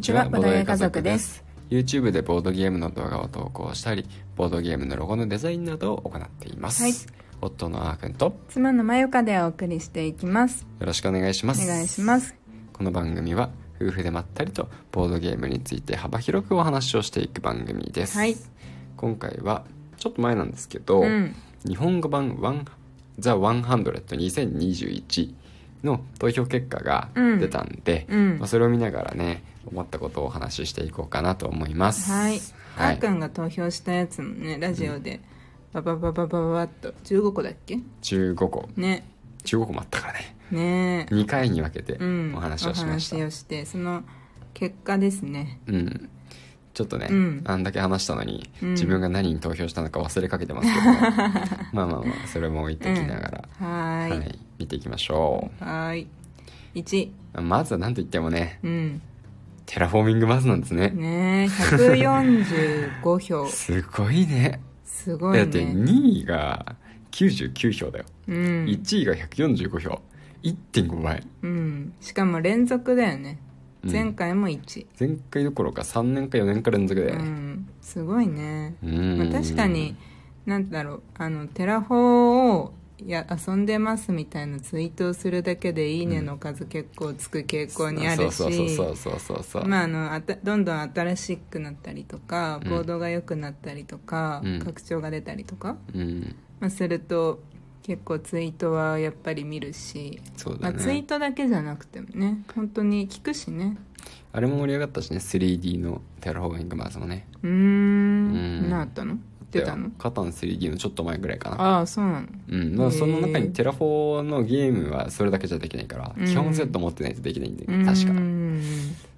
ちはボドゲ家族です YouTube でボードゲームの動画を投稿したりボードゲームのロゴのデザインなどを行っています、はい夫のあーくんとよ妻のまゆかでお送りしていきますろしくお願いしまおす願いしますこの番組は夫婦でまったりとボードゲームについて幅広くお話をしていく番組です、はい今回はちょっと前なんですけど、うん日本語版ワン「THE1002021」の投票結果が出たんで、うんまあ、それを見ながらね思ったことをお話ししていこうかなと思いますはいあはーいく、んが投票したやつもねラジオでバババババババッと15個だっけ15個ね15個もあったからねね2回に分けてうんお話をしました、お話をしてその結果ですねうんちょっとね、うんあんだけ話したのに、うん自分が何に投票したのか忘れかけてます けど、ね、まあまあまあそれも置いてきながら、ははいーい見ていきましょはーい1うまずは何と言ってもねうんテラフォーミングマスなんですねねえ145票すごいねすごいだってね2位が99票だよ、うん、 1位が145票1.5倍うん、しかも連続だよねうん前回も1前回どころか3年か4年か連続うだよねんすごいね、うん、まあ、確かになんだろうあのテラフォーをや遊んでますみたいなツイートをするだけで「いいね」の数結構つく傾向にあるしそうそうそうそうそうそう、まあ、あのあたどんどん新しくなったりとかうんボードが良くなったりとか、うん拡張が出たりとか、うんまあ、すると結構ツイートはやっぱり見るし、そうだまあ、ね、ツイートだけじゃなくてもね本当に聞くしねあれも盛り上がったしね 3D のテラフォーミングマスもねうーうんん何あったの出ただのよカタン 3D のちょっと前ぐらいかなああそうなのうんまあ、へーその中にテラフォーのゲームはそれだけじゃできないから、うん基本セット持ってないとできないんで、う確ーかん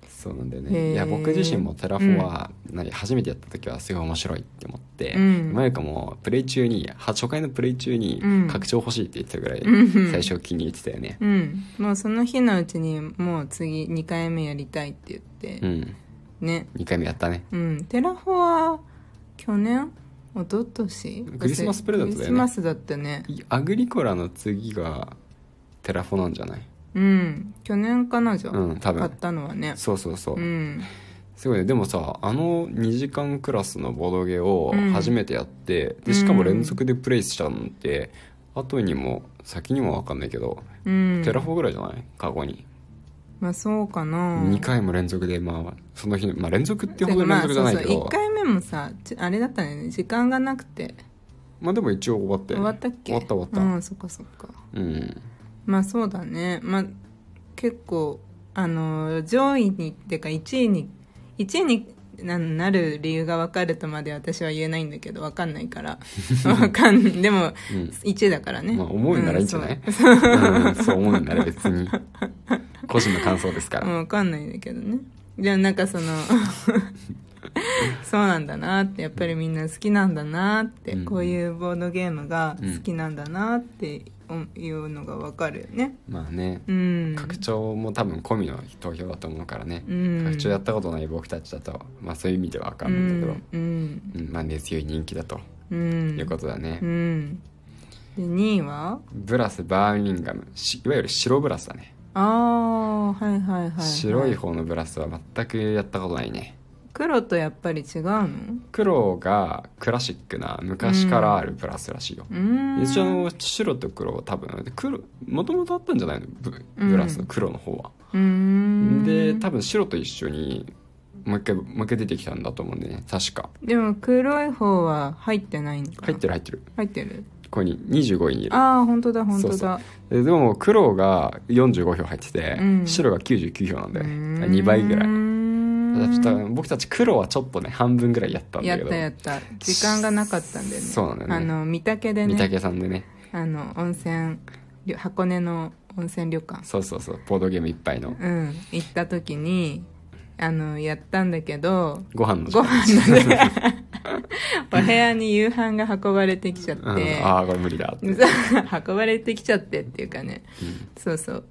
そうなんだよへねーいや僕自身もテラフォは、何初めてやった時はすごい面白いって思って、うんマユカもプレイ中には初回のプレイ中にうん拡張欲しいって言ってたぐらいうん最初気に入ってたよねうんもうその日のうちにもう次2回目やりたいって言って、うん、ね2回目やったねうんテラフォは去年一昨年クリスマスプレゼントだよねクリスマスだったねいアグリコラの次がテラフォなんじゃないうん去年かなじゃあうん多分買ったのはねそうそうそう、うんすごいねでもさあの2時間クラスのボードゲーをうん初めてやって、でしかも連続でプレイしたのって、後にも先にも分かんないけど、うんテラフォぐらいじゃない過去に、まあそうかな2回も連続でまあその日の、まあ、連続っていうほど連続じゃないけど、まあそうそう1まあ、回目もさちあれだったね時間がなくてでも一応終わった終よねわったっ終けわった終うわっんそっかそっかたうんまあそうだねまあ結構あの上位にってか1位に1位にななる理由が分かるとまで私は言えないんだけど分かんないから 分かんでもうん1位だからね、まあ思うならいいんじゃない、うんうんそう思うなら別に個人の感想ですか そうら、うん分かんないんだけどねでもなん かそのそうなんだなってやっぱりみんな好きなんだなって、うんこういうボードゲームが好きなんだなっていうのが分かるよねまあねうん拡張も多分込みの投票だと思うからね、うん拡張やったことない僕たちだと、まあ、そういう意味では分かるんだけど、うんうんまあ根強い人気だとうん、いうことだね、うんで2位はブラスバーミンガムしいわゆる白ブラスだね、ああはいはいはい、はい、白い方のブラスは全くやったことないね黒とやっぱり違うの黒がクラシックな昔からあるブラスらしいよ、うーん一応あの白と黒は多分黒もともとあったんじゃないのブうんブラスの黒の方は、うーんで多分白と一緒にもう一回もう一回出てきたんだと思うんでね確かでも黒い方は入ってないのかな入ってる入ってる入ってるここに25位にいるああ本当だ本当だそうででも黒が45票入ってて、うん白が99票なんだよねうーん2倍ぐらいだからちょっっと僕たち黒はちょっとね半分ぐらいやったんやだけっどたやった時間がなかったんだよねそうなんだよねあの御嶽で御ね嶽さんでねあの温泉りょ箱根の温泉旅館そうそうそうボードゲームいっぱいのうん行った時にあのやったんだけどご飯の時ご間飯のね お部屋に夕飯が運ばれてきちゃって、うん、 ああこれ無理だって、運ばれてきちゃってっていうかね、そうそう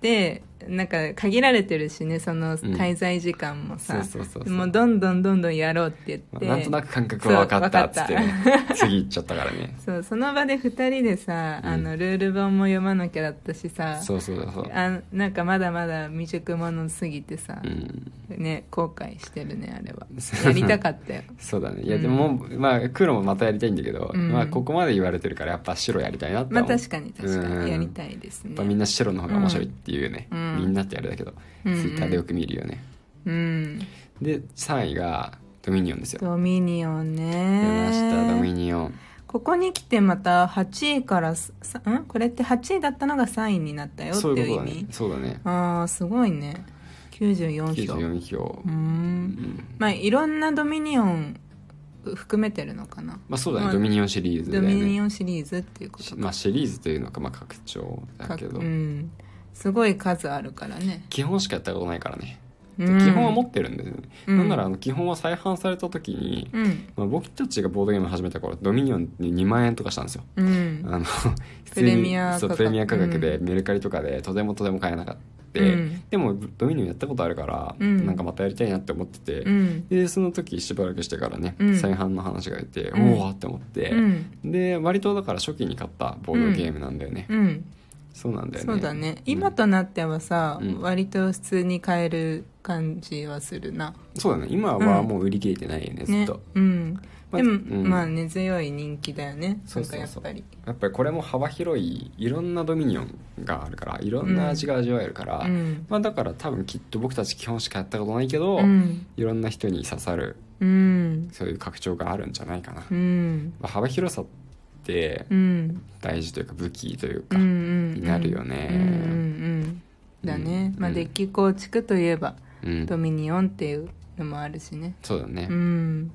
でなんか限られてるしねそんの滞在時間もさ、そうそうそうそうもうどんどんどんどんやろうって言まっあて、なんとなく感覚は分かったっつってね次行っちゃったから ねそうその場で2人でさ、うんあのルール本も読まなきゃだったしさそうそうそうあなんかまだまだ未熟者すぎてさう、んね後悔してるねあ れはやりたかったよそうだねいやでも、まあ黒もまたやりたいんだけど、うんまあここまで言われてるからやっぱ白やりたいなってま思あう、確かに確かうんにやりたいですやねっぱみんな白の方が面白いっていうね、うんみんなってあれだけど、うんうんツイッターでよく見るよねうんで3位がドミニオンですよドミニオン出ましたドミねニオンここに来てまた8位からさんこれって8位だったのが3位になったよってそういいううこと意だね味そうだねああすごいね94票う94票ーんうんまあいろんなドミニオン含めてるのかなまあそうだね、まあドミニオンシリーズだドよねミニオンシリーズっていうことまあシリーズというのか、まあ、拡張だかけど、うんすごい数あるからね基本しかやったことないからね、うん基本は持ってるんですよね、うんなんならあの基本は再販された時に、うんまあ、僕たちがボードゲーム始めた頃ドミニオンって2万円とかしたんですようん あの普プレミア価格そうプレミア価格で、メルカリとかでとてもとても買えなかった、うんでもドミニオンやったことあるから、うんなんかまたやりたいなって思ってて、うんでその時しばらくしてからね、うん再販の話が出て、うんおおって思って、うんで割とだから初期に買ったボードゲームなんだよね、うんそうなんだよねそうだねう今んとなってはさ、うん割と普通に買える感じはするなそうだね今はもう売り切れてないよね、ずねっとうんまあでも、うんまあ根強い人気だよねそうそうそうなんかやっぱりやっぱりこれも幅広いいろんなドミニオンがあるからいろんな味が味わえるから、うんまあ、だから多分きっと僕たち基本しかやったことないけど、うんいろんな人に刺さるうんそういう拡張があるんじゃないかな、うまんあ、幅広さってうん大事というか武器というか、にになるよねうんうんうんだね、うんまあ、デッキ構築といえば、うんドミニオンっていうのもあるしねそうだねう、ん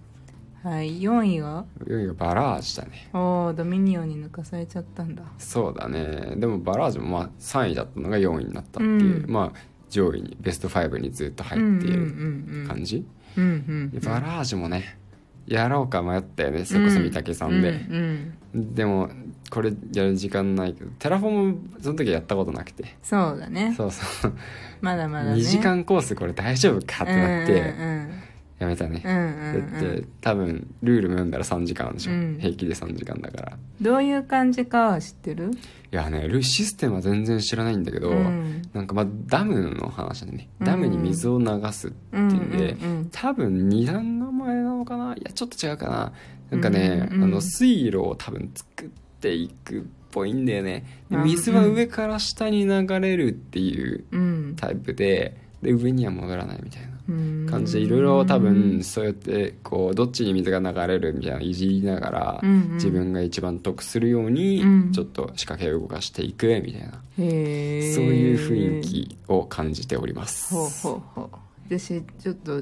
はい4位はいよいよバラージュだねおおドミニオンに抜かされちゃったんだそうだねでもバラージュもまあ3位だったのが4位になったっていう、うんまあ上位にベスト5にずっと入っている感じ、うんうんうんうんうんバラージュもねやろうか迷ったよねそれこそ三宅さんで、うんうんでもこれやる時間ないけどテラフォームその時やったことなくてそうだねそうそう、まだまだね2時間コースこれ大丈夫かってなってうんやめたね、うんうんうんうんうんだって多分ルールも読んだら3時間でしょ、うん平気で3時間だからいどういう感じかは知ってるやねルールシステムは全然知らないんだけど、うんなんかまあダムの話でねうんダムに水を流すっていうんで、うんうんうん多分二段構えなのかないやちょっと違うかななんかね、うんうんあの水路を多分作っていくっぽいんだよねでうんうん水は上から下に流れるっていううんタイプでで上には戻らないみたいなうん感じでいろいろ多分そうやってこうどっちに水が流れるみたいなのいじりながらうんうん自分が一番得するようにうんちょっと仕掛けを動かしていくみたいなへそうーいう雰囲気を感じておりますほうほうほう私ちょっと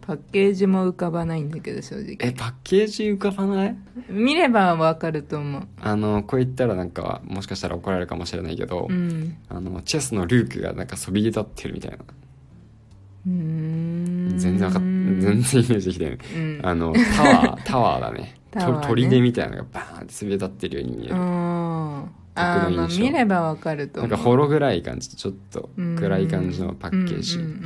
パッケージも浮かばないんだけど正え直パッケージ浮かばない見ればわかると思うあのこう言ったらなんかもしかしたら怒られるかもしれないけど、うんあのチェスのルークがなんかそびえ立ってるみたいなうーん全然わかっ全然イメージできてない、うんあのタ ワータワーだねタワーねと砦みたいなのがバーンってそびえ立ってるように見えうる、んあーまあ僕の印象見ればわかるとな思んうかほろ暗い感じちょっとうん暗い感じのパッケージうんうんうんう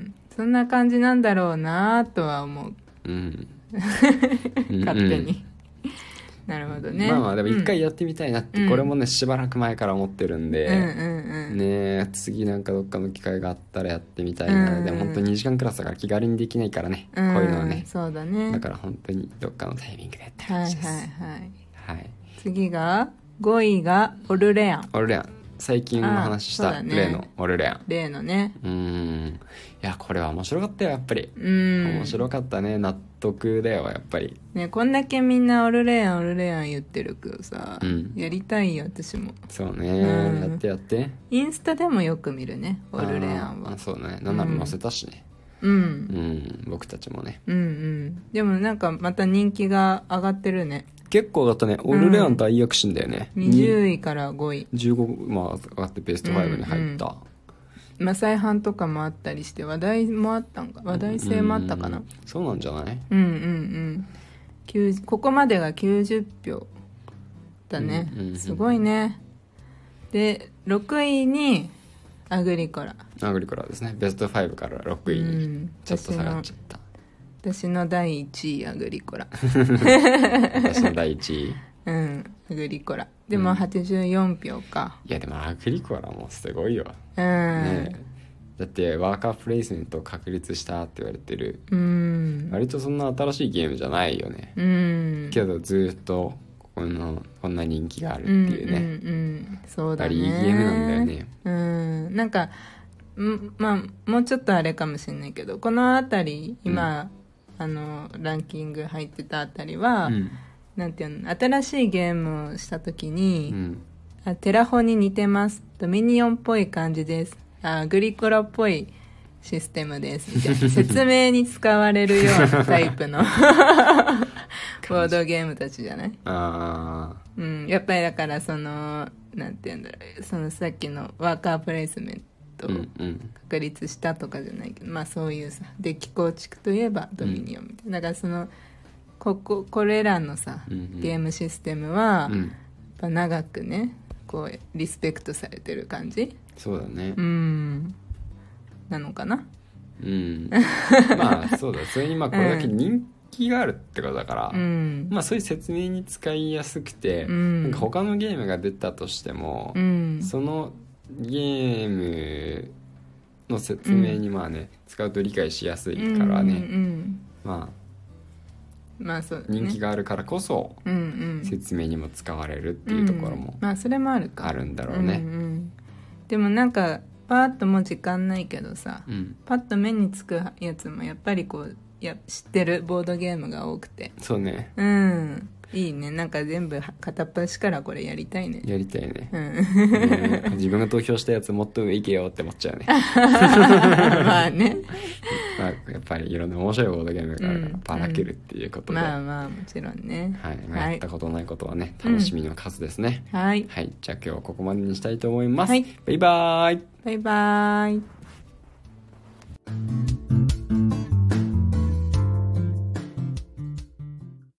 んそんな感じなんだろうなとは思ううん、 勝手に、なるほどうんうんねまあまあでも一回やってみたいなって、うんこれもねしばらく前から思ってるんで、うんうんうんねえ次なんかどっかの機会があったらやってみたいな、うんでも本当に2時間クラスだから気軽にできないからね、んこういうのはねそうだねだから本当にどっかのタイミングでってはい感はいじです、はいはい次が5位がオルレアンオルレアン最近お話ししあーたそうだね例のオルレアン例のねう,、んいやこれは面白かったよやっぱり、うん面白かったね納得だよやっぱりねこんだけみんなオルレアンオルレアン言ってるけどさ、うんやりたいよ私もそうね、うんやってやってインスタでもよく見るねオルレアンあーはあそうねなんなら載せたしね、うんうん僕たちもねうんうんでもなんかまた人気が上がってるね結構上がったねオルレアン大躍進だよね、 20位から5位15まあ上がってベスト5に入った、まあ再販とかもあったりして話題もあったんか話題性もあったかなうんそうなんじゃないうんうんうん90ここまでが90票だね、うんうんうんすごいねで6位にアグリコラアグリコラですねベスト5から6位うにんちょっと下がっちゃった、私の第1位アグリコ ラ私の第1位いうんアグリコラでもうん84票かやでもアグリコラもすごいよ、うん、ねえだってワーカープレイスメントを確立したって言われてるうん割とそんな新しいゲームじゃないよね、うんけどずっとこのこんな人気があるうんっていうね、うんうんそうだねあれいいゲームなんだよねうんなんかんまあもうちょっとあれかもしれないけどこの辺り今、あのランキング入ってたあたりは、うんなんていうの新しいゲームをした時うに、んあテラフォに似てますドミニオンっぽい感じですあグリコラっぽいシステムですみたいな説明に使われるようなタイプの ボードゲームたちじゃないあうん、やっぱりだからそのなんて言うんだろうそのさっきのワーカープレイスメンあトをうんうん確立したとかじゃないけど、まあそういうさで気候地区といえばドミニオンみたいな、だからそのこここれらのさ、うんうんゲームシステムは、うやっんぱ長くねこうリスペクトされてる感じそうだねうんなのかなうんまあそうだそれにまあこれだけ人気があるってことだから、うん、まあそういう説明に使いやすくて、うんなんか他のゲームが出たとしてもう、んそのゲームの説明にまあね、使うと理解しやすいからね、うんうんまうんまあそうあだね人気があるからこそうんうん説明にも使われるっていうところうもんまあそれもあるかあるんだろうねんんでもなんかパーッともう時間ないけどさ、うんパッと目につくやつもやっぱりこうや知ってるボードゲームが多くてそうねうんいいねなんか全部は片っ端からこれやりたいねやりたいね うんね自分が投票したやつもっと上行けよって思っちゃうね、まあねまあ、やっぱりいろんな面白いボードゲームがあるかうらんばらけるっていうことで、まあまあもちろんねはいまあはいやったことないことはね楽しみの数ですね、はいはいじゃあ今日はここまでにしたいと思います、はいバイバーイバイバーイ